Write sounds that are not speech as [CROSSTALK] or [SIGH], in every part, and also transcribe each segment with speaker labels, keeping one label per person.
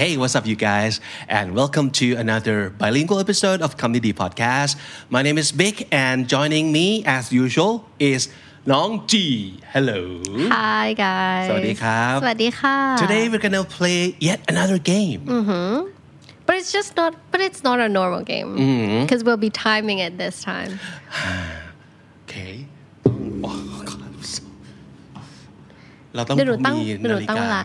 Speaker 1: Hey, what's up, you guys? And welcome to another bilingual episode of Comedy Podcast. My name is Big, and joining me, as usual, is Nong G. Hello.
Speaker 2: Hi guys
Speaker 1: สวัสดีครับ
Speaker 2: สวัสดีค่ะ
Speaker 1: Today, we're gonna play yet another game.
Speaker 2: but it's just not but it's not a normal game
Speaker 1: Mm-hmm.
Speaker 2: because we'll be timing it this time
Speaker 1: Okay. Oh, God, I'm so- เราต้อง
Speaker 2: เดี๋ยวหนูตั้ง
Speaker 1: มี
Speaker 2: เดี๋ยวหนู
Speaker 1: นาฬิ
Speaker 2: ตั้ง
Speaker 1: กา
Speaker 2: เวลา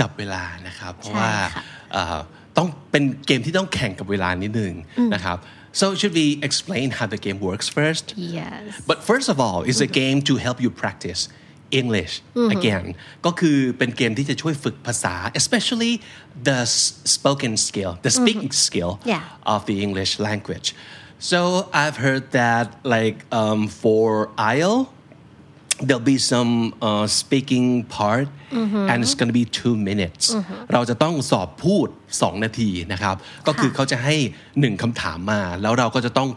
Speaker 1: จับเวลานะครับ เพราะ
Speaker 2: ใช่
Speaker 1: ว่า
Speaker 2: ค่ะ
Speaker 1: เอ่อต้องเป็นเกมที่ต้องแข่งกับเวลานิดนึงนะครับ so should we explain how the game works first
Speaker 2: yes
Speaker 1: But first of all, it's a game to help you practice English again. ก็คือเป็นเกมที่จะช่วยฝึกภาษา especially the s- spoken skill, the speaking skill
Speaker 2: Yeah.
Speaker 1: of the English language. So I've heard that like um, for IELTS, there'll be some uh, speaking part and it's going to be two minutes เราจะต้องสอบพูด 2 นาทีนะครับ ก็คือเขาจะให้ 1คำถามมา แล้วเราก็จะต้อง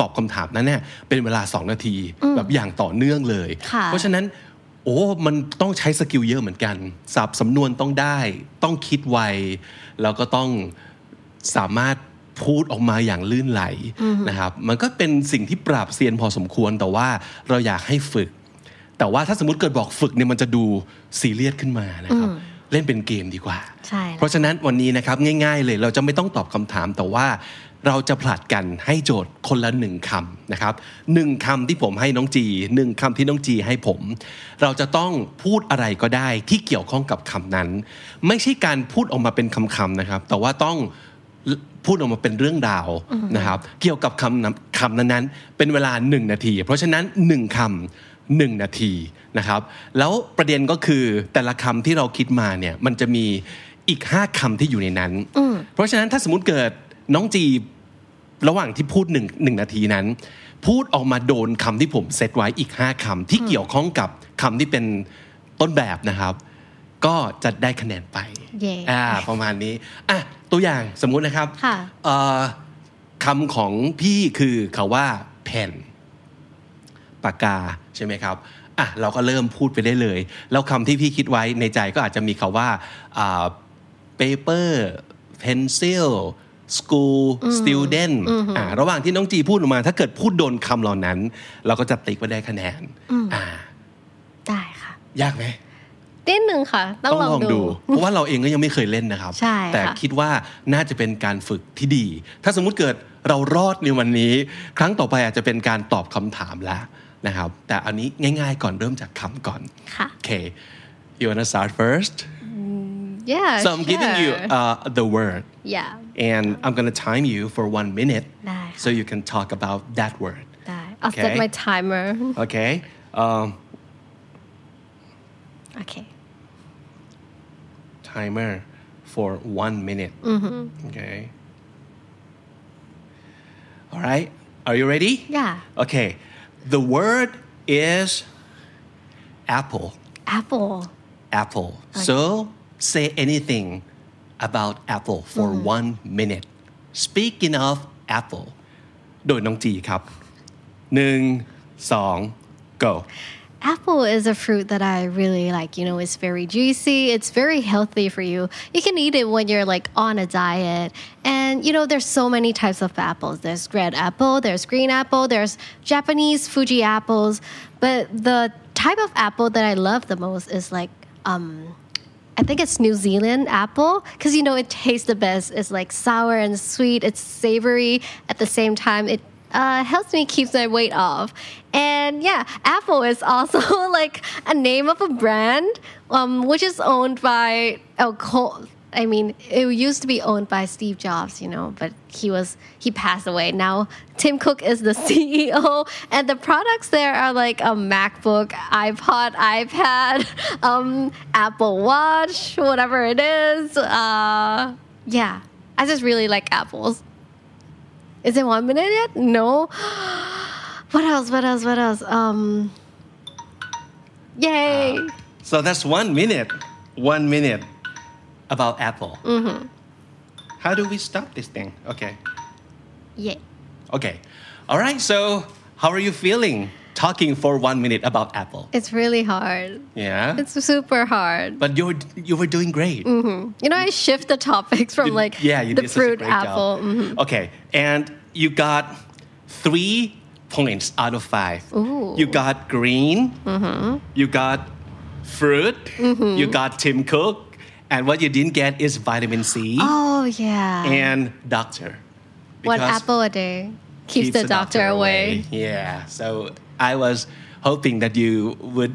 Speaker 1: ตอบคำถามนั้นเนี่ยเป็นเวลา 2 นาที แบบอย่างต่อเนื่องเลย
Speaker 2: ค่ะ
Speaker 1: เพราะฉะนั้น โอ้มันต้องใช้สกิลเยอะเหมือนกันสับสำนวนต้องได้ ต้องคิดไว แล้วก็ต้อง สามารถพูดออกมาอย่างลื่นไหลนะครับ มันก็เป็นสิ่งที่ปราบเซียนพอสมควรแต่ว่าเราอยากให้ฝึก แต่ว่าถ้าสมมติเกิดบอกฝึกเนี่ยมันจะดูซีเรียสขึ้นมานะครับ เล่นเป็นเกมดีกว่า
Speaker 2: ใช่แล้ว
Speaker 1: เพราะฉะนั้นวันนี้นะครับง่ายๆเลยเราจะไม่ต้องตอบคำถามแต่ว่าเราจะผลัดกันให้โจทย์คนละหนึ่งคำนะครับหนึ่งคำที่ผมให้น้องจีหนึ่งคำที่น้องจีให้ผม เราจะต้องพูดอะไรก็ได้ที่เกี่ยวข้องกับคำนั้น ไม่ใช่การพูดออกมาเป็นคำๆนะครับ แต่ว่าต้องพูดออกมาเป็นเรื่องราวนะครับ เกี่ยวกับคำนั้นคำนั้นๆเป็นเวลาหนึ่งนาที เพราะฉะนั้นหนึ่งคำหนึ่งนาทีนะครับ แล้วประเด็นก็คือแต่ละคำที่เราคิดมาเนี่ยมันจะมี อีก 5คำที่อยู่ในนั้น
Speaker 2: Mm.
Speaker 1: เพราะฉะนั้นถ้าสมมติเกิดน้องจีระหว่างที่พูดหนึ่งหนึ่งนาทีนั้น พูดออกมาโดนคำที่ผมเซตไว้อีก 5คำที่เกี่ยวข้องกับคำที่เป็นต้นแบบนะครับ ก็จะได้คะแนนไป
Speaker 2: เย้
Speaker 1: อ่าประมาณนี้อ่ะตัวอย่างสมมุตินะครับ
Speaker 2: ค่ะ
Speaker 1: เอ่อคำของพี่คือคาว่าแผ่น ปากกาใช่ไหมครับ อ่ะเราก็เริ่มพูดไปได้เลย แล้วคำที่พี่คิดไว้ในใจก็อาจจะมีคำว่าอ่า paper pencil school student อ่าระหว่างที่น้องจีพูดออกมา ถ้าเกิดพูดโดนคำเหล่านั้น เราก็จะติ๊กไว้ได้คะแนนอ่า
Speaker 2: ได้ค่ะ
Speaker 1: ยากไหม
Speaker 2: นิดนึงค่ะ ต้องลองดู
Speaker 1: เพราะว่าเราเองก็ยังไม่เคยเล่นนะครับ
Speaker 2: ใช่
Speaker 1: แต่
Speaker 2: ค่ะ
Speaker 1: คิดว่าน่าจะเป็นการฝึกที่ดี ถ้าสมมุติเกิดเรารอดในวันนี้ ครั้งต่อไปอาจจะเป็นการตอบคำถามแล้วนะครับ แต่อันนี้ง่ายๆก่อนเริ่มจากคำก่อน
Speaker 2: ค่ะ
Speaker 1: โอเค you wanna start first
Speaker 2: yeah
Speaker 1: so I'm giving you
Speaker 2: sure.
Speaker 1: uh, the word
Speaker 2: yeah
Speaker 1: and I'm gonna time you for one minute
Speaker 2: ได้ค่ะ
Speaker 1: so you can talk about that word
Speaker 2: ได้ I'll set
Speaker 1: Okay.
Speaker 2: my timer [LAUGHS]
Speaker 1: okay um,
Speaker 2: okay
Speaker 1: timer for one minute Okay. All right. Are you ready?
Speaker 2: Yeah.
Speaker 1: Okay. The word is apple.
Speaker 2: apple
Speaker 1: Apple. So say anything about apple for one minute. Speaking of apple. โดยน้องจีครับหนึ่งสอง go
Speaker 2: Apple is a fruit that I really like. You know, it's very juicy. It's very healthy for you. You can eat it when you're like on a diet. And you know, there's so many types of apples. There's red apple, there's green apple, there's Japanese Fuji apples. But the type of apple that I love the most is like um I think it's New Zealand apple because you know it tastes the best. It's like sour and sweet. It's savory at the same time. It uh, helps me keep my weight off. And yeah, Apple is also [LAUGHS] like a name of a brand, um, which is owned by oh, Col- I mean, it used to be owned by Steve Jobs, you know, but he was he passed away. Now Tim Cook is the [LAUGHS] CEO, and the products there are like a MacBook, iPod, iPad, [LAUGHS] um, Apple Watch, whatever it is. Uh, yeah, I just really like apples. Is it one minute yet? No. [GASPS] What else? What else? What else? Um, yay!
Speaker 1: So that's one minute. One minute about Apple.
Speaker 2: Mm-hmm.
Speaker 1: How do we stop this thing? Okay.
Speaker 2: yay!
Speaker 1: Okay. All right. So, how are you feeling talking for one minute about Apple?
Speaker 2: It's really hard.
Speaker 1: Yeah.
Speaker 2: It's super hard.
Speaker 1: but you were, you were doing great.
Speaker 2: You know, I shift the topics from
Speaker 1: You-
Speaker 2: like
Speaker 1: yeah, you
Speaker 2: the
Speaker 1: did
Speaker 2: fruit
Speaker 1: such a great
Speaker 2: apple.
Speaker 1: Job.
Speaker 2: Mhm.
Speaker 1: Okay, and you got three points out of five.
Speaker 2: Ooh. Mm-hmm.
Speaker 1: You got green. You got fruit. You got Tim Cook, and what you didn't get is vitamin C
Speaker 2: Oh yeah.
Speaker 1: and doctor.
Speaker 2: One
Speaker 1: Because
Speaker 2: apple a day keeps, the, doctor, away.
Speaker 1: Yeah. So I was hoping that you would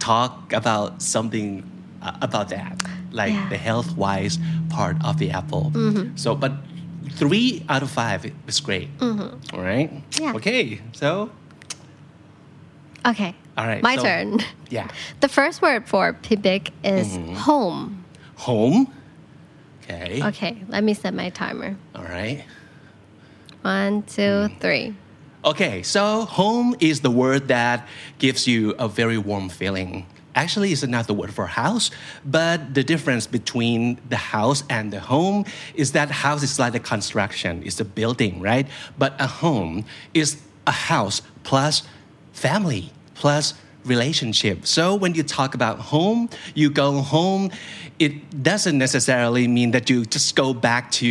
Speaker 1: talk about something uh, about that, like
Speaker 2: Yeah. Mm-hmm.
Speaker 1: the health wise part of the apple. So, but three out of five is great. All right.
Speaker 2: Mm-hmm. Yeah.
Speaker 1: Okay. So,
Speaker 2: Okay.
Speaker 1: all right.
Speaker 2: My
Speaker 1: so-
Speaker 2: turn.
Speaker 1: Yeah.
Speaker 2: The first word for pibik is
Speaker 1: Mm-hmm.
Speaker 2: home.
Speaker 1: Home. Okay.
Speaker 2: Okay, let me set my timer.
Speaker 1: All right.
Speaker 2: One, two,
Speaker 1: Mm.
Speaker 2: three.
Speaker 1: Okay, so home is the word that gives you a very warm feeling. Actually, it's another word for house, but the difference between the house and the home is that house is like a construction, it's a building, right? But a home is a house plus family plus relationship. So when you talk about home, you go home, it doesn't necessarily mean that you just go back to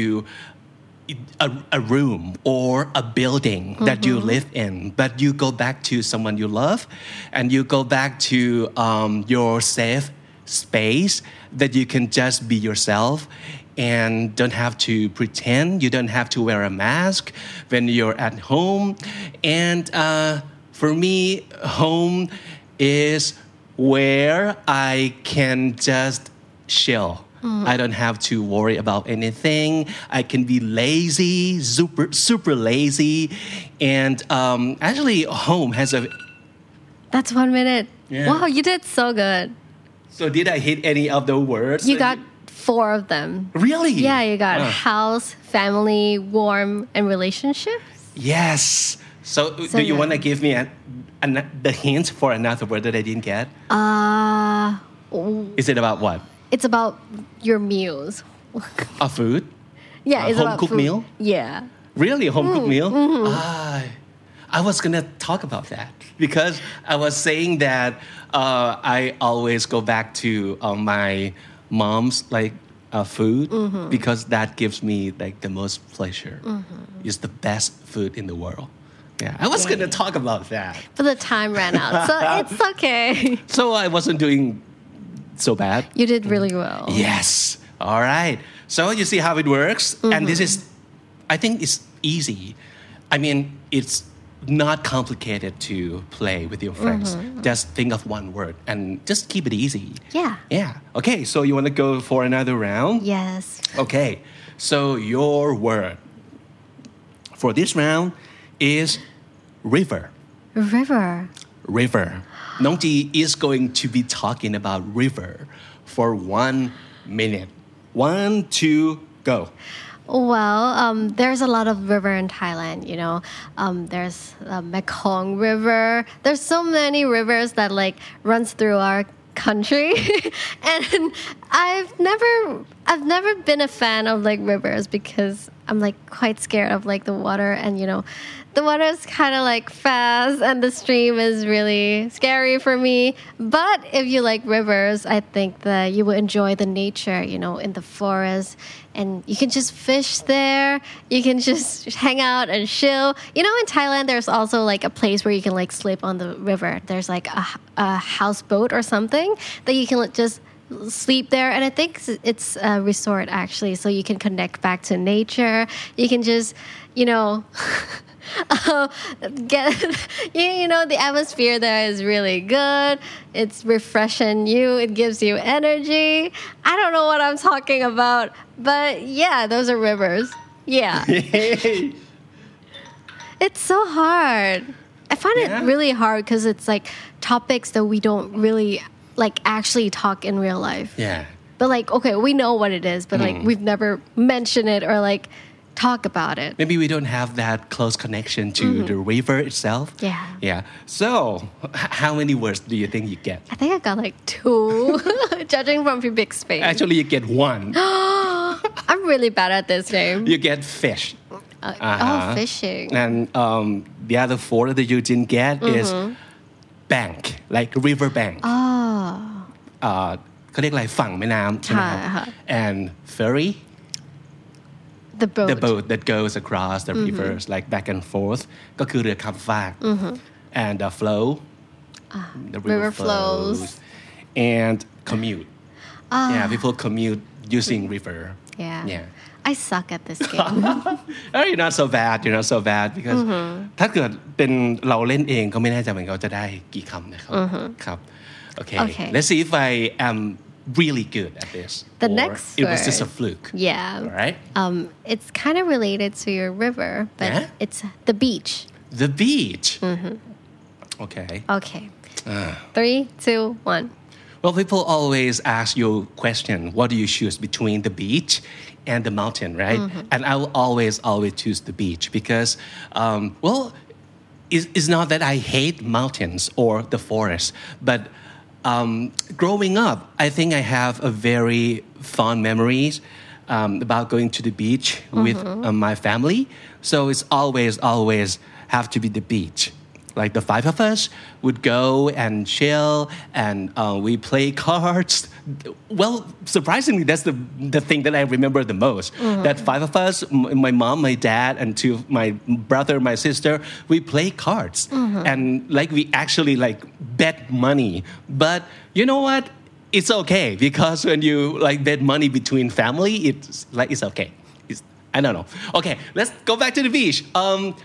Speaker 1: a, a room or a building that you live in, but you go back to someone you love and you go back to um, your safe space that you can just be yourself and don't have to pretend. You don't have to wear a mask when you're at home. And uh, for me, home is where I can just chill. I don't have to worry about anything. I can be lazy, super, super lazy. And um, actually, home has a.
Speaker 2: That's one minute.
Speaker 1: Yeah.
Speaker 2: Wow, you did so good.
Speaker 1: So, did I hit any of the words?
Speaker 2: You got four of them.
Speaker 1: Really?
Speaker 2: Yeah, you got
Speaker 1: Wow.
Speaker 2: house, family, warm, and relationships.
Speaker 1: Yes. So,
Speaker 2: So
Speaker 1: do you
Speaker 2: yeah.
Speaker 1: want to give me an, an, the hint for another word that I didn't get?
Speaker 2: Uh,
Speaker 1: Is it about what?
Speaker 2: it's about your meals.
Speaker 1: A food?
Speaker 2: Yeah,
Speaker 1: Uh,
Speaker 2: it's
Speaker 1: home
Speaker 2: about
Speaker 1: cooked
Speaker 2: food.
Speaker 1: meal?
Speaker 2: Yeah.
Speaker 1: Really, a home cooked meal? Ah, I was gonna talk about that [LAUGHS] because I was saying that uh, I always go back to uh, my mom's like uh, food because that gives me like the most pleasure. It's the best food in the world. Mm-hmm. Yeah, I was gonna talk about that,
Speaker 2: But the time ran out, so it's okay.
Speaker 1: so I wasn't doing so bad.
Speaker 2: You did really well.
Speaker 1: Yes. All right. So you see how it works, and this is, I think it's easy. I mean, it's not complicated to play with your friends. Just think of one word and just keep it easy.
Speaker 2: Yeah.
Speaker 1: Yeah. Okay. So you want to go for another round?
Speaker 2: Yes.
Speaker 1: Okay. So your word for this round is river.
Speaker 2: River.
Speaker 1: River. Nongji is going to be talking about river for one minute. One, two, go.
Speaker 2: Well, um, there's a lot of river in Thailand. You know, um, there's the Mekong River. There's so many rivers that like runs through our country, [LAUGHS] and I've never, I've never been a fan of like rivers because I'm like quite scared of like the water, and you know, the water is kind of like fast, and the stream is really scary for me. But if you like rivers, I think that you will enjoy the nature. You know, in the forest and you can just fish there. You can just hang out and chill. You know, in Thailand, there's also like a place where you can like sleep on the river. There's like a, a houseboat or something that you can just sleep there. And I think s- it's a resort actually, so you can connect back to nature. You can just, you know. uh, get [LAUGHS] you, you know the atmosphere there is really good it's refreshing you it gives you energy i don't know what i'm talking about but yeah those are rivers yeah it's so hard i find
Speaker 1: Yeah.
Speaker 2: it really hard because it's like topics that we don't really like actually talk in real life
Speaker 1: yeah. Mm.
Speaker 2: but like okay we know what it is but like we've never mentioned it or like talk about it.
Speaker 1: maybe we don't have that close connection to the river itself.
Speaker 2: Yeah.
Speaker 1: Yeah. So, h- how many words do you think you get?
Speaker 2: I think I got like two, [LAUGHS] judging from your big space.
Speaker 1: Actually, you get one.
Speaker 2: I'm really bad at this game.
Speaker 1: you get fish.
Speaker 2: Uh,
Speaker 1: Uh-huh.
Speaker 2: Oh, fishing.
Speaker 1: And um, the other four that you didn't get
Speaker 2: Mm-hmm.
Speaker 1: is bank, like river bank.
Speaker 2: Ah.
Speaker 1: เอ่อเขาเรียกอะไรฝั่งแม่น้ำใช่ไหมครับ
Speaker 2: ค่ะค่ะ
Speaker 1: and ferry
Speaker 2: The boat. Mm-hmm.
Speaker 1: the boat that goes across the rivers like back and forth ก็คือเรือข้ามฟาก and the flow the
Speaker 2: Ah, river flows. Ah.
Speaker 1: and commute yeah people commute using river
Speaker 2: Yeah.
Speaker 1: yeah
Speaker 2: I suck at
Speaker 1: [LAUGHS]
Speaker 2: this game.
Speaker 1: เอ้ย you're not so bad you're not so bad because ถ้าเกิดเป็นเราเล่นเองก็ไม่แน่ใจเหมือนกันว่าจะได้กี่คำนะครับครับ okay.
Speaker 2: Okay.
Speaker 1: let's see if I am really good at this
Speaker 2: The
Speaker 1: or
Speaker 2: next
Speaker 1: it was
Speaker 2: word.
Speaker 1: just a fluke
Speaker 2: yeah.
Speaker 1: all right
Speaker 2: Um, it's kind of related to your river, but
Speaker 1: Yeah?
Speaker 2: it's the beach.
Speaker 1: the beach okay
Speaker 2: Okay.
Speaker 1: Uh.
Speaker 2: Three, two, one.
Speaker 1: well people always ask you question what do you choose between the beach and the mountain right and I will always always choose the beach because um, well it's, it's not that I hate mountains or the forest, but um, growing up, I think I have a very fond memories um, about going to the beach with uh, my family. So it's always, always have to be the beach. Like the five of us would go and chill, and uh, we play cards. Well, surprisingly, that's the the thing that I remember the most. That five of us, m- my mom, my dad, and two of my brother, my sister, we play cards, and like we actually like bet money. But you know what? It's okay because when you like bet money between family, it's like it's okay. It's, I don't know. Okay, let's go back to the beach. Um,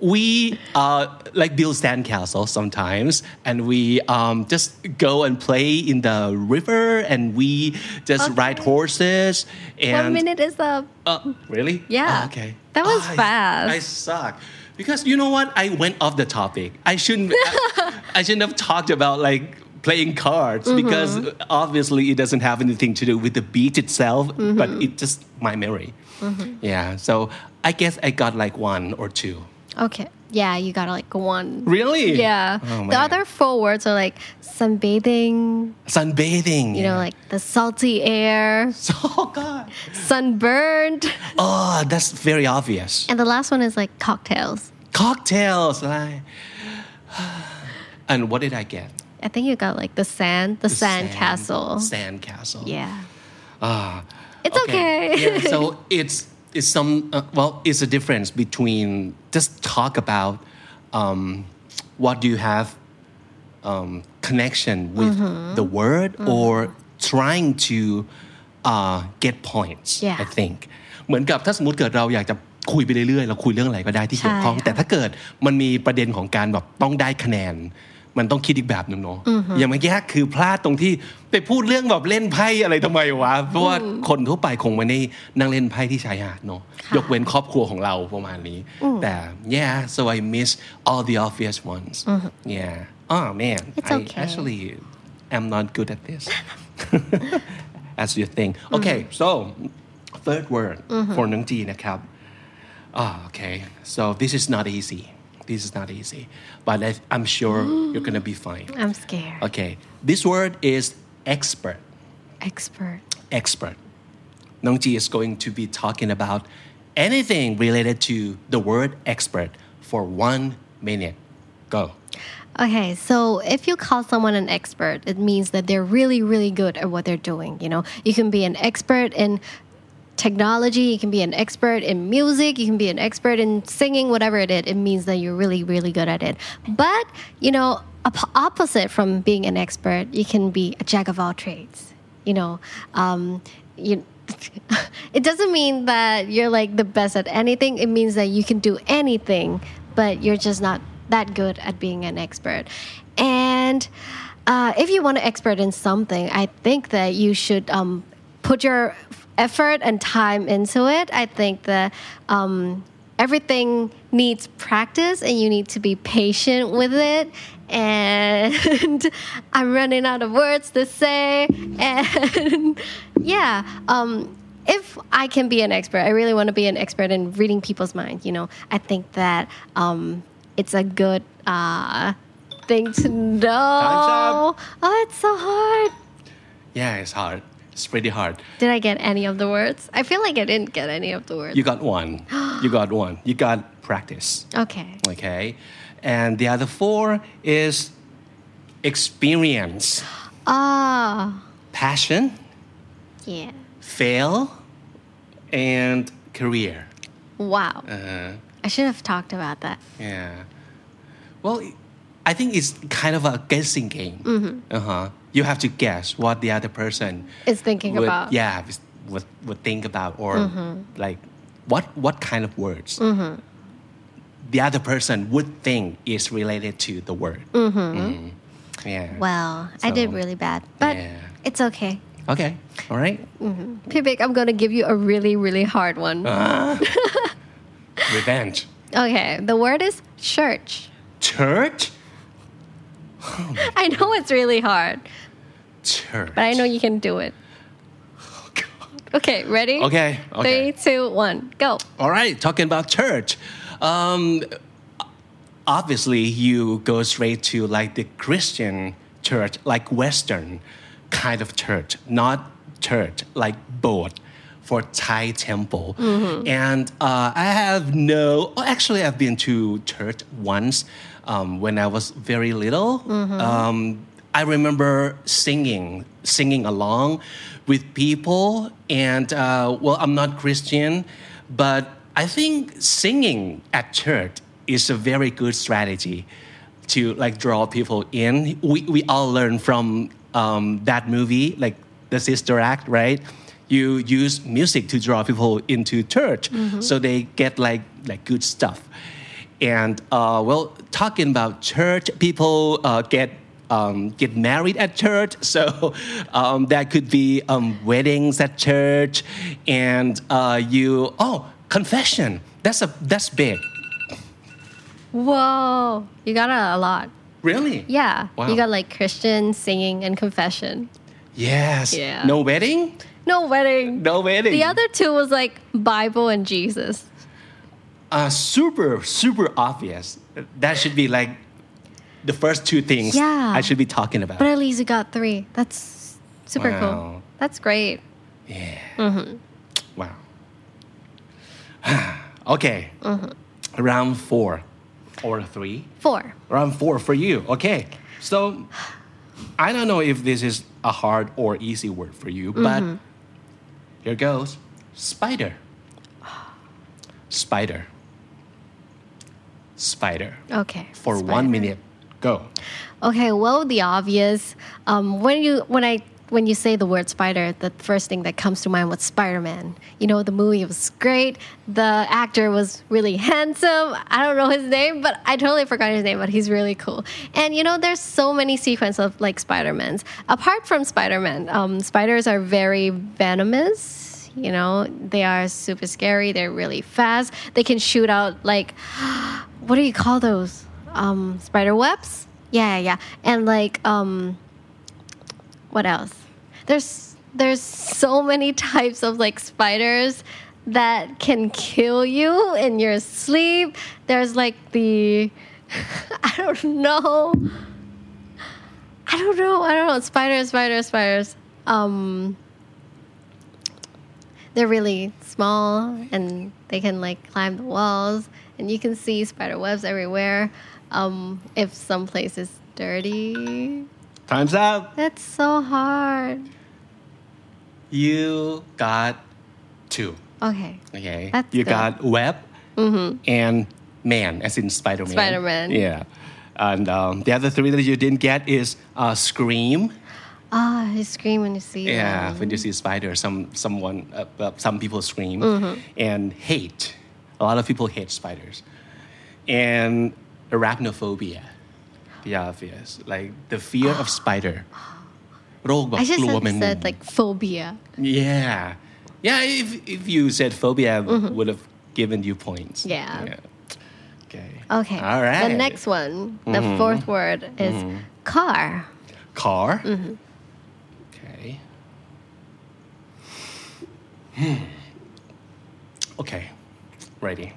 Speaker 1: we uh, like build sandcastles sometimes, and we um, just go and play in the river, and we just
Speaker 2: Okay.
Speaker 1: ride horses. And
Speaker 2: One minute is up.
Speaker 1: Uh, really?
Speaker 2: Yeah.
Speaker 1: Oh, okay.
Speaker 2: That was
Speaker 1: Ah, I-
Speaker 2: fast.
Speaker 1: I, suck because you know what? I went off the topic. I shouldn't. I, I shouldn't have talked about like playing cards
Speaker 2: Mm-hmm.
Speaker 1: because uh, obviously it doesn't have anything to do with the beat itself,
Speaker 2: Mm-hmm.
Speaker 1: but it's just my memory. Yeah. So I guess I got like one or two.
Speaker 2: Okay. Yeah, you got like one.
Speaker 1: Really?
Speaker 2: Yeah.
Speaker 1: Oh,
Speaker 2: the
Speaker 1: man.
Speaker 2: other four words are like sunbathing,
Speaker 1: Sunbathing.
Speaker 2: you know, like the salty air,
Speaker 1: [LAUGHS] Oh God. [LAUGHS]
Speaker 2: sunburned.
Speaker 1: Oh, that's very obvious.
Speaker 2: And the last one is like cocktails.
Speaker 1: Cocktails. Like, [SIGHS] and what did I get?
Speaker 2: I think you got like the sand, the, sand, castle.
Speaker 1: Sand castle.
Speaker 2: Yeah.
Speaker 1: Ah.
Speaker 2: It's okay.
Speaker 1: yeah, so it's it's some uh, well, it's a difference between just talk about um, what do you have um, connection with
Speaker 2: Mm-hmm.
Speaker 1: the word or trying to uh, get points.
Speaker 2: Yeah.
Speaker 1: I think เหมือนกับถ้าสมมติเกิดเราอยากจะคุยไปเรื่อยๆเราคุยเรื่องอะไรก็ได้ที่เกี่ยวข้อง
Speaker 2: ใช่ค่ะ
Speaker 1: แต่ถ้าเกิดมันมีประเด็นของการแบบต้องได้คะแนน มันต้องคิดอีกแบบหนึ่งเนาะอย่างเมื่อกี้คือพลาดตรงที่ไปพูดเรื่องแบบเล่นไพ่อะไรทำไมวะเพราะว่าคนทั่วไปคงไม่ได้นั่งเล่นไพ่ที่ชายหาดเนาะ
Speaker 2: ค่ะ
Speaker 1: ยกเว้นครอบครัวของเราประมาณนี้ แต่ yeah so I miss all the obvious ones yeah oh man
Speaker 2: It's
Speaker 1: I
Speaker 2: okay.
Speaker 1: actually am not good at
Speaker 2: [LAUGHS]
Speaker 1: this as you think okay so third word for น้องจีนะครับ Ah, okay. So this is not easy. This is not easy. But I, I'm sure you're going to be fine.
Speaker 2: [LAUGHS] I'm scared.
Speaker 1: Okay. This word is expert.
Speaker 2: Expert.
Speaker 1: Expert. Nongji is going to be talking about anything related to the word expert for one minute. Go.
Speaker 2: Okay, so if you call someone an expert, it means that they're really, really good at what they're doing. You know, you can be an expert in technology, you can be an expert in music, you can be an expert in singing, whatever it is. It means that you're really, really good at it. But, you know, op- opposite from being an expert, you can be a jack of all trades. You know, um, you. [LAUGHS] it doesn't mean that you're like the best at anything. It means that you can do anything, but you're just not that good at being an expert. And uh, if you want to expert in something, I think that you should um, put your effort and time into it. I think that um, everything needs practice and you need to be patient with it. And [LAUGHS] [LAUGHS] I'm running out of words to say. And yeah, um, if I can be an expert, I really want to be an expert in reading people's mind. You know, I think that um, it's a good uh, thing to know.
Speaker 1: Time's
Speaker 2: Oh, it's so hard.
Speaker 1: Yeah, it's hard. It's pretty hard.
Speaker 2: Did I get any of the words? I feel like I didn't get any of the words.
Speaker 1: You got one. You got one. You got practice.
Speaker 2: okay.
Speaker 1: Okay. And the other four is experience,
Speaker 2: Oh,
Speaker 1: passion,
Speaker 2: yeah.
Speaker 1: fail, and career.
Speaker 2: Wow.
Speaker 1: Uh,
Speaker 2: I should have talked about that.
Speaker 1: yeah. Well, I think it's kind of a guessing game.
Speaker 2: Mm-hmm.
Speaker 1: Uh huh. You have to guess what the other person
Speaker 2: Is thinking
Speaker 1: would,
Speaker 2: about. Mm-hmm.
Speaker 1: Yeah, would, would think about or like what what kind of words the other person would think is related to the word.
Speaker 2: Mm-hmm.
Speaker 1: Mm. Yeah.
Speaker 2: Well, I did
Speaker 1: So,
Speaker 2: really bad, but
Speaker 1: yeah.
Speaker 2: it's okay.
Speaker 1: Okay. All right.
Speaker 2: Pivik, I'm going to give you a really, really hard one.
Speaker 1: Uh-huh. Revenge.
Speaker 2: Okay, the word is church. [LAUGHS]
Speaker 1: Church.
Speaker 2: I know it's really hard,
Speaker 1: Church.
Speaker 2: but I know you can do it. Okay,
Speaker 1: [LAUGHS]
Speaker 2: ready? [LAUGHS]
Speaker 1: Okay, okay.
Speaker 2: Three, two, one, go.
Speaker 1: All right. Talking about church. Um, obviously, you go straight to like the Christian church, like Western kind of church, not church like boat for Thai temple. And uh, I have no. oh, Actually, I've been to church once um, when I was very little. Um, I remember singing, singing along with people, and uh, well, I'm not Christian, but I think singing at church is a very good strategy to like draw people in. We we all learn from um, that movie, like the Sister Act, right? You use music to draw people into church, so they get like like good stuff. And uh, well, talking about church, people uh, get um, get married at church, [LAUGHS] so um, that could be um, weddings at church, and uh, you oh confession. That's a that's big.
Speaker 2: Whoa, you got a, a lot.
Speaker 1: Really?
Speaker 2: Yeah,
Speaker 1: Wow.
Speaker 2: you got like Christian singing and confession.
Speaker 1: Yes.
Speaker 2: Yeah.
Speaker 1: No wedding?
Speaker 2: No wedding.
Speaker 1: No wedding.
Speaker 2: The other two was like Bible and Jesus.
Speaker 1: uh, super, super obvious. That should be like the first two things
Speaker 2: Yeah.
Speaker 1: I should be talking about.
Speaker 2: But at least you got three. That's super
Speaker 1: Wow.
Speaker 2: cool. That's great.
Speaker 1: wow. [SIGHS] okay. Round four or three.
Speaker 2: Four.
Speaker 1: Round four for you. Okay. So I don't know if this is a hard or easy word for you, but here goes spider. Spider. Spider.
Speaker 2: Okay.
Speaker 1: For
Speaker 2: Spider.
Speaker 1: one minute. Go.
Speaker 2: Okay, well, the obvious. Um, when you when I when you say the word spider, the first thing that comes to mind was Spider Man. You know, the movie was great. The actor was really handsome. I don't know his name, but I totally forgot his name. But he's really cool. And you know, there's so many sequences of like Spider Mans. Apart from Spider Man, um, spiders are very venomous. You know, they are super scary. They're really fast. They can shoot out like what do you call those? Um, spider webs? Yeah, yeah, yeah. And like, um, what else? There's there's so many [LAUGHS] types of like spiders that can kill you in your sleep. There's like the [LAUGHS] I don't know. I don't know. I don't know. Spiders, spiders, spiders. Um, they're really small and they can like climb the walls and you can see spider webs everywhere um, if some place is dirty
Speaker 1: Time's up.
Speaker 2: that's so hard
Speaker 1: You got two.
Speaker 2: okay
Speaker 1: Okay.
Speaker 2: That's
Speaker 1: you
Speaker 2: good. Mm-hmm.
Speaker 1: got web and man, as in Spider Man.
Speaker 2: Spider-Man.
Speaker 1: Yeah. And um, the other three that you didn't get is uh, Scream.
Speaker 2: ah you scream when you see
Speaker 1: Yeah,
Speaker 2: them.
Speaker 1: when you see spider, some someone, uh, uh, some people scream
Speaker 2: Mm-hmm.
Speaker 1: and hate. A lot of people hate spiders, and arachnophobia. The obvious, like the fear of spider.
Speaker 2: [GASPS] i just
Speaker 1: โรคแบบกลัวแมงมุม
Speaker 2: said like phobia
Speaker 1: yeah. Yeah, if, if you said phobia, I would have given you points.
Speaker 2: Mm-hmm. Yeah.
Speaker 1: Okay.
Speaker 2: okay
Speaker 1: All right. Mm-hmm.
Speaker 2: the next one the fourth word is car Mm-hmm.
Speaker 1: car. Okay. [SIGHS] Okay, ready.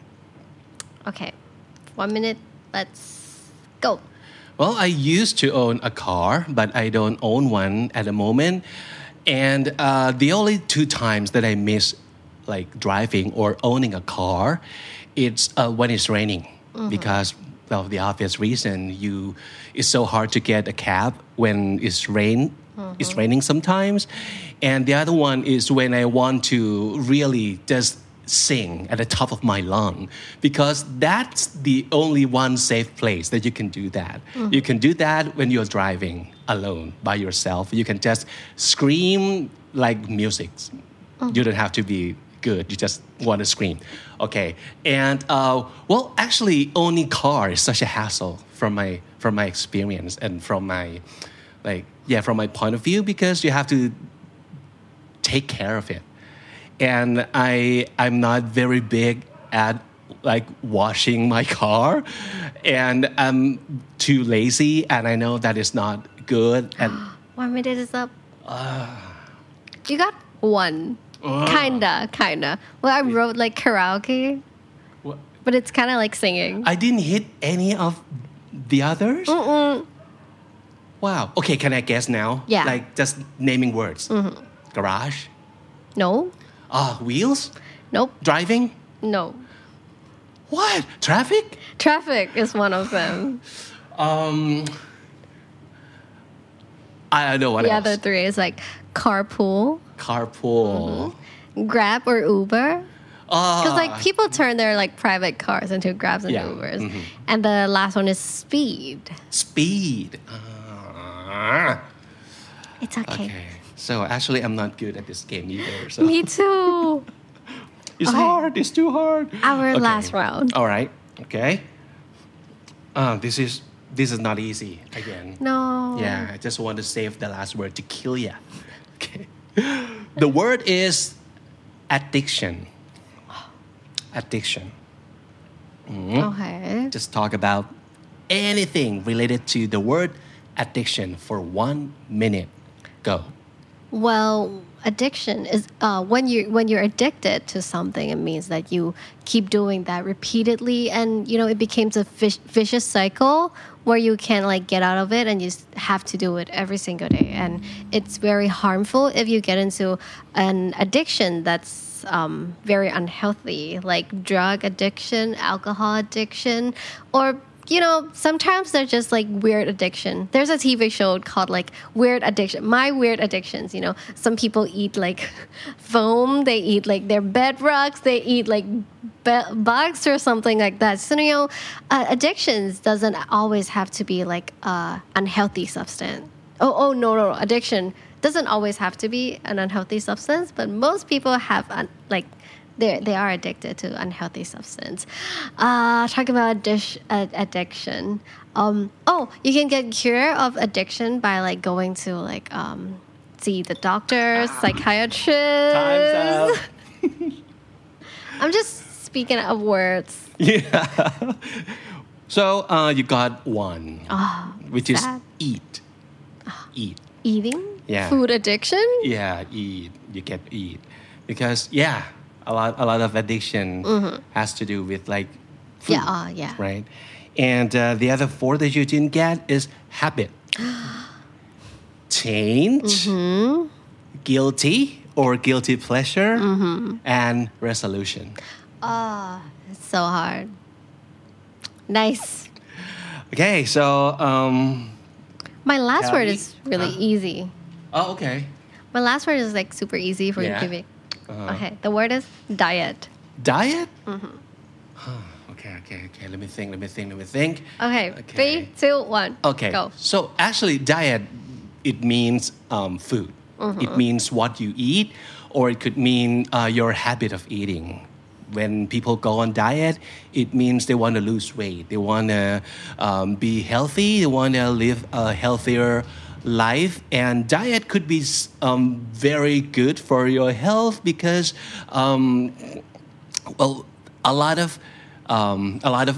Speaker 2: Okay, one minute. Let's go.
Speaker 1: Well, I used to own a car, but I don't own one at the moment. And uh, the only two times that I miss like driving or owning a car, it's uh, when it's raining because of the obvious reason. You, it's so hard to get a cab when it's rain. It's raining sometimes, and the other one is when I want to really just sing at the top of my lung because that's the only one safe place that you can do that. You can do that when you're driving alone by yourself. You can just scream like music. You don't have to be good. You just want to scream. Okay. And uh, well, actually, owning car is such a hassle from my from my experience and from my like yeah from my point of view because you have to take care of it and i i'm not very big at like washing my car and i'm too lazy and i know that is not good
Speaker 2: [GASPS]
Speaker 1: and
Speaker 2: One minute is up.
Speaker 1: Ah.
Speaker 2: you got one. kinda, kinda. Well, I wrote like karaoke,
Speaker 1: What?
Speaker 2: but it's kind of like singing.
Speaker 1: i didn't hit any of the others wow okay can i guess now
Speaker 2: Yeah. Mm-hmm.
Speaker 1: like just naming words garage
Speaker 2: no,
Speaker 1: ah wheels
Speaker 2: nope,
Speaker 1: driving
Speaker 2: no.
Speaker 1: what traffic
Speaker 2: Traffic is one of them.
Speaker 1: um i don't know what
Speaker 2: The
Speaker 1: else
Speaker 2: other three is like carpool, Mm-hmm.
Speaker 1: carpool
Speaker 2: Grab, or Uber.
Speaker 1: Ah.
Speaker 2: Because like people turn their like private cars into Grabs and
Speaker 1: Yeah, Mm-hmm.
Speaker 2: Ubers, and the last one is speed.
Speaker 1: speed. Ah.
Speaker 2: It's okay.
Speaker 1: okay. So actually, I'm not good at this game either. So
Speaker 2: Me too.
Speaker 1: it's
Speaker 2: okay.
Speaker 1: hard. It's too hard.
Speaker 2: Our last round.
Speaker 1: All right. Okay. Uh, this is this is not easy again.
Speaker 2: No.
Speaker 1: Yeah, I just want to save the last word to kill ya. [LAUGHS] Okay. The word is addiction. Addiction.
Speaker 2: Okay.
Speaker 1: Just talk about anything related to the word addiction for one minute. Go.
Speaker 2: Well, addiction is uh, when you when you're addicted to something, it means that you keep doing that repeatedly, and you know it becomes a fish, vicious cycle where you can't like get out of it, and you s- have to do it every single day, and it's very harmful if you get into an addiction that's um, very unhealthy, like drug addiction, alcohol addiction, or you know, sometimes they're just like weird addiction. There's a TV show called like Weird Addiction, My Weird Addictions. You know, some people eat like [LAUGHS] foam, they eat like their bed rugs, they eat like be- bugs or something like that. So, you know, uh, addictions doesn't always have to be like uh, unhealthy substance. Oh, oh, no, no, no. addiction doesn't always have to be an unhealthy substance, but most people have un- like they they are addicted to unhealthy substance. Uh, talk about addish, uh, addiction. Um, oh, you can get cure of addiction by like going to like um, see the doctor, psychiatrist. I'm just speaking of words.
Speaker 1: Yeah. so uh, you got one, which is
Speaker 2: Ah, sad. Ah.
Speaker 1: eat. Eat.
Speaker 2: Eating,
Speaker 1: Yeah.
Speaker 2: food addiction.
Speaker 1: Yeah, eat. You get eat because yeah, a lot a lot of addiction has to do with like food,
Speaker 2: Mm-hmm. Yeah, uh, yeah.
Speaker 1: right. And uh, the other four that you didn't get is habit,
Speaker 2: [GASPS]
Speaker 1: change,
Speaker 2: Mm-hmm.
Speaker 1: guilty or guilty pleasure,
Speaker 2: Mm-hmm.
Speaker 1: and resolution.
Speaker 2: It's so hard. Nice.
Speaker 1: Okay, so um,
Speaker 2: My last
Speaker 1: Can
Speaker 2: word
Speaker 1: we-
Speaker 2: is really
Speaker 1: uh,
Speaker 2: easy.
Speaker 1: oh okay,
Speaker 2: My last word is like super easy for you
Speaker 1: Yeah. Uh-huh.
Speaker 2: to me. Okay, the word is diet.
Speaker 1: diet. Huh, Mm-hmm. okay, okay, okay. Let me think. Let me think. Let me think.
Speaker 2: Okay, three, two, one.
Speaker 1: Okay.
Speaker 2: Uh, go.
Speaker 1: So actually, diet it means um, food. It means what you eat, or it could mean uh, your habit of eating. When people go on diet, it means they want to lose weight. They want to um, be healthy. They want to live a healthier life. And diet could be s- um, very good for your health because um, well, a lot of um, a lot of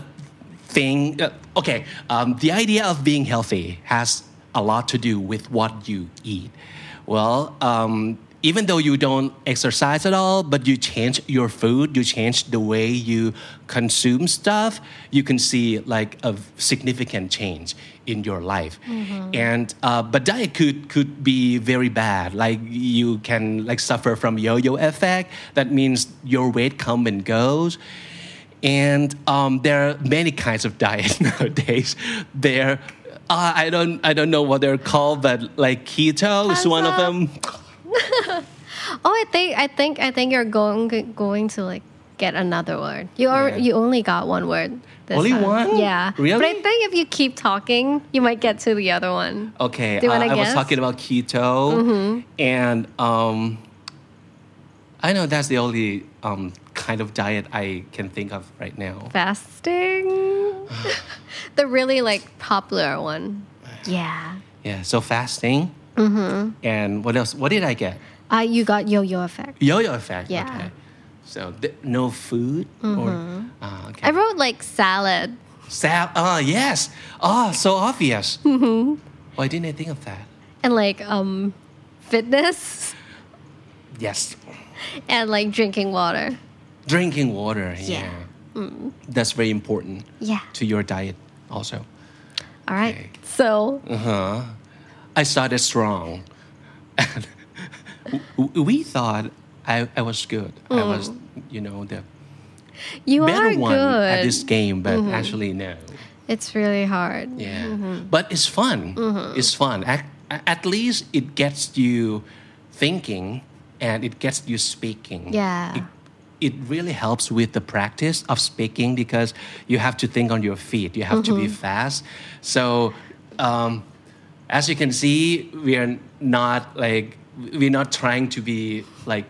Speaker 1: thing. Uh, okay, um, the idea of being healthy has a lot to do with what you eat. Well, um, even though you don't exercise at all, but you change your food, you change the way you consume stuff, you can see like a significant change in your life.
Speaker 2: Mm-hmm.
Speaker 1: And uh, but diet could could be very bad. Like you can like suffer from yo-yo effect. That means your weight come and goes. And um, there are many kinds of diet [LAUGHS] nowadays. There, uh, I don't, I don't know what they're called, but like keto is one of
Speaker 2: Hansa.
Speaker 1: them.
Speaker 2: Oh, I think I think I think you're going going to like get another word. You are
Speaker 1: Yeah.
Speaker 2: you only got one word. This
Speaker 1: Only
Speaker 2: time.
Speaker 1: one?
Speaker 2: Yeah. But I
Speaker 1: Really?
Speaker 2: think if you keep talking, you might get to the other one.
Speaker 1: Okay,
Speaker 2: Do you
Speaker 1: uh,
Speaker 2: wanna
Speaker 1: I was
Speaker 2: guess? Mm-hmm.
Speaker 1: talking about keto, and um, I know that's the only um, kind of diet I can think of right now. [SIGHS]
Speaker 2: Fasting. the really like popular one. Yeah.
Speaker 1: Yeah, so fasting,
Speaker 2: Mm-hmm.
Speaker 1: and what else? What did I get?
Speaker 2: Uh, you got yo-yo effect.
Speaker 1: Yo-yo effect.
Speaker 2: Yeah. Mm-hmm.
Speaker 1: Okay. So th- no food or ah, okay.
Speaker 2: I wrote like salad.
Speaker 1: Sab. Ah, yes. Ah, so obvious.
Speaker 2: Mm-hmm.
Speaker 1: Why didn't I think of that?
Speaker 2: and like um fitness [LAUGHS]
Speaker 1: Yes.
Speaker 2: and like drinking water.
Speaker 1: Drinking water. Yeah.
Speaker 2: Yeah. Mm-hmm.
Speaker 1: That's very important.
Speaker 2: Yeah.
Speaker 1: To your diet also.
Speaker 2: All right.
Speaker 1: Okay.
Speaker 2: So
Speaker 1: I started strong. [LAUGHS] W- we thought I, I was good. I was, you know, the
Speaker 2: Mm. you
Speaker 1: better
Speaker 2: are
Speaker 1: one at
Speaker 2: good. Mm-hmm.
Speaker 1: this game, but actually, no.
Speaker 2: it's really hard.
Speaker 1: Yeah. But it's fun. It's fun. At, at least it gets you thinking and it gets you speaking.
Speaker 2: Yeah.
Speaker 1: It, it really helps with the practice of speaking because you have to think on your feet, you have to be fast. So, um, as you can see, we are not like, we're not trying to be like,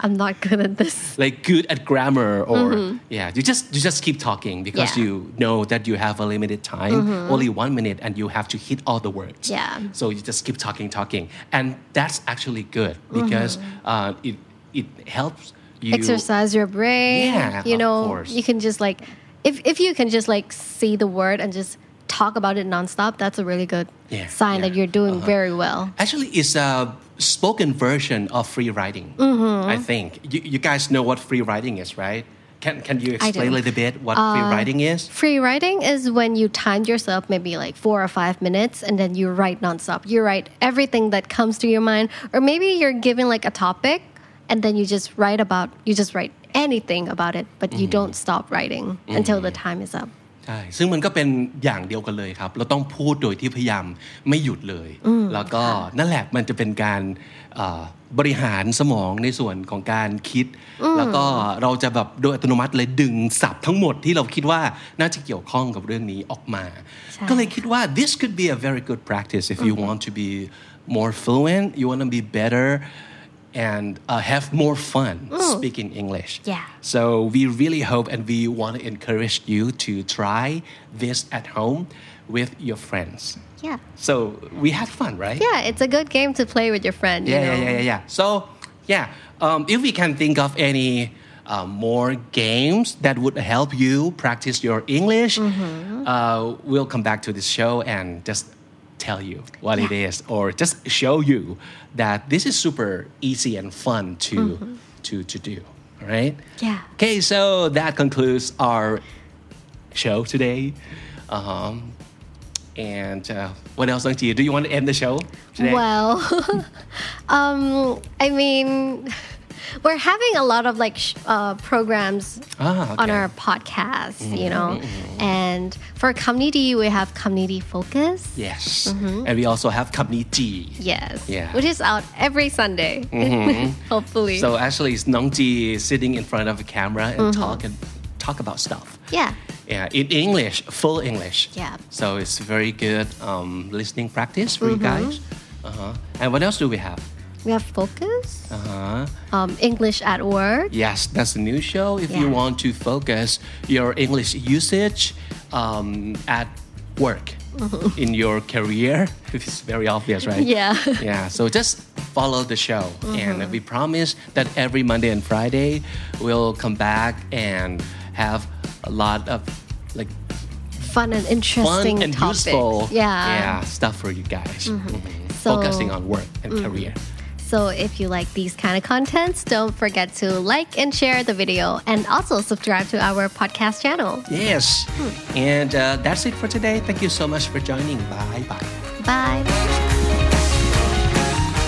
Speaker 2: I'm not good at this.
Speaker 1: like good at grammar or yeah you just you just keep talking because
Speaker 2: Mm-hmm. Yeah. Mm-hmm.
Speaker 1: you know that you have a limited time only one minute and you have to hit all the words
Speaker 2: Yeah.
Speaker 1: so you just keep talking talking and that's actually good
Speaker 2: Mm-hmm.
Speaker 1: because uh, it it helps you
Speaker 2: Exercise your brain.
Speaker 1: Yeah,
Speaker 2: you
Speaker 1: of
Speaker 2: know,
Speaker 1: course.
Speaker 2: you can just like if if you can just like see the word and just talk about it nonstop, that's a really good
Speaker 1: Yeah,
Speaker 2: sign
Speaker 1: yeah. Uh-huh.
Speaker 2: that you're doing very well.
Speaker 1: actually it's a spoken version of free writing
Speaker 2: Mm-hmm.
Speaker 1: i think you, you guys know what free writing is right can, can you explain a
Speaker 2: do. Uh,
Speaker 1: little bit what free writing is
Speaker 2: Free writing is when you timed yourself maybe like four or five minutes and then you write nonstop. You write everything that comes to your mind, or maybe you're given like a topic and then you just write about, you just write anything about it, but
Speaker 1: Mm-hmm.
Speaker 2: you don't stop writing until the time is up.
Speaker 1: ใช่ซึ่งมันก็เป็นอย่างเดียวกันเลยครับ เราต้องพูดโดยที่พยายามไม่หยุดเลย แล้วก็นั่นแหละมันจะเป็นการเอ่อบริหารสมองในส่วนของการคิด แล้วก็เราจะแบบโดยอัตโนมัติเลยดึงศัพท์ทั้งหมดที่เราคิดว่าน่าจะเกี่ยวข้องกับเรื่องนี้ออกมา ก็เลยคิดว่า this could be a very good practice if you want to be more fluent you want to be better and uh, have more fun speaking English
Speaker 2: Yeah.
Speaker 1: So we really hope and we want to encourage you to try this at home with your friends.
Speaker 2: Yeah.
Speaker 1: So we had fun, right?
Speaker 2: Yeah, it's a good game to play with your friend. you
Speaker 1: Yeah, yeah,
Speaker 2: know?
Speaker 1: yeah, yeah, yeah. So yeah, um, if we can think of any uh, more games that would help you practice your English,
Speaker 2: Mm-hmm.
Speaker 1: uh, we'll come back to this show and just tell you what it is, or just show you that this is super easy and fun to to to do. All right.
Speaker 2: Mm-hmm. Yeah.
Speaker 1: Okay, so that concludes our show today. Um, and uh, what else, Dong Ji? Do you want to end the show today?
Speaker 2: Well, [LAUGHS] um, I mean, [LAUGHS] we're having a lot of like sh- uh, programs
Speaker 1: Ah,
Speaker 2: on
Speaker 1: okay. Mm-hmm.
Speaker 2: our podcast, you know. And for community, we have community focus.
Speaker 1: Yes.
Speaker 2: Mm-hmm.
Speaker 1: And we also have company G.
Speaker 2: Yes.
Speaker 1: Yeah. Mm-hmm.
Speaker 2: Which is out every Sunday, [LAUGHS] hopefully.
Speaker 1: So actually, it's Nong Ji sitting in front of a camera and
Speaker 2: Mm-hmm.
Speaker 1: talk and talk about stuff.
Speaker 2: yeah.
Speaker 1: Yeah, in English, full English.
Speaker 2: Yeah.
Speaker 1: So it's very good um, listening practice for you
Speaker 2: Mm-hmm.
Speaker 1: guys. Uh-huh. And what else do we have?
Speaker 2: We have focus,
Speaker 1: Uh-huh.
Speaker 2: um, English at work.
Speaker 1: Yes, that's a new show. If you
Speaker 2: Yeah.
Speaker 1: want to focus your English usage um, at work in your career, [LAUGHS] it's very obvious, right?
Speaker 2: Mm-hmm. [LAUGHS] Yeah.
Speaker 1: yeah. So just follow the show,
Speaker 2: Mm-hmm.
Speaker 1: and we promise that every Monday and Friday we'll come back and have a lot of like
Speaker 2: Fun and
Speaker 1: fun
Speaker 2: interesting
Speaker 1: and
Speaker 2: topics.
Speaker 1: useful,
Speaker 2: Yeah. Mm-hmm.
Speaker 1: stuff for you guys. Mhm.
Speaker 2: So- mm-hmm.
Speaker 1: Focusing on work and career.
Speaker 2: So if you like these kind of contents, don't forget to like and share the video and also subscribe to our podcast channel.
Speaker 1: Yes.
Speaker 2: Hmm.
Speaker 1: And uh, that's it for today. Thank you so much for joining. Bye bye.
Speaker 2: Bye.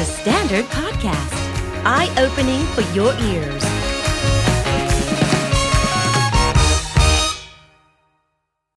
Speaker 3: The Standard Podcast, eye opening for your ears.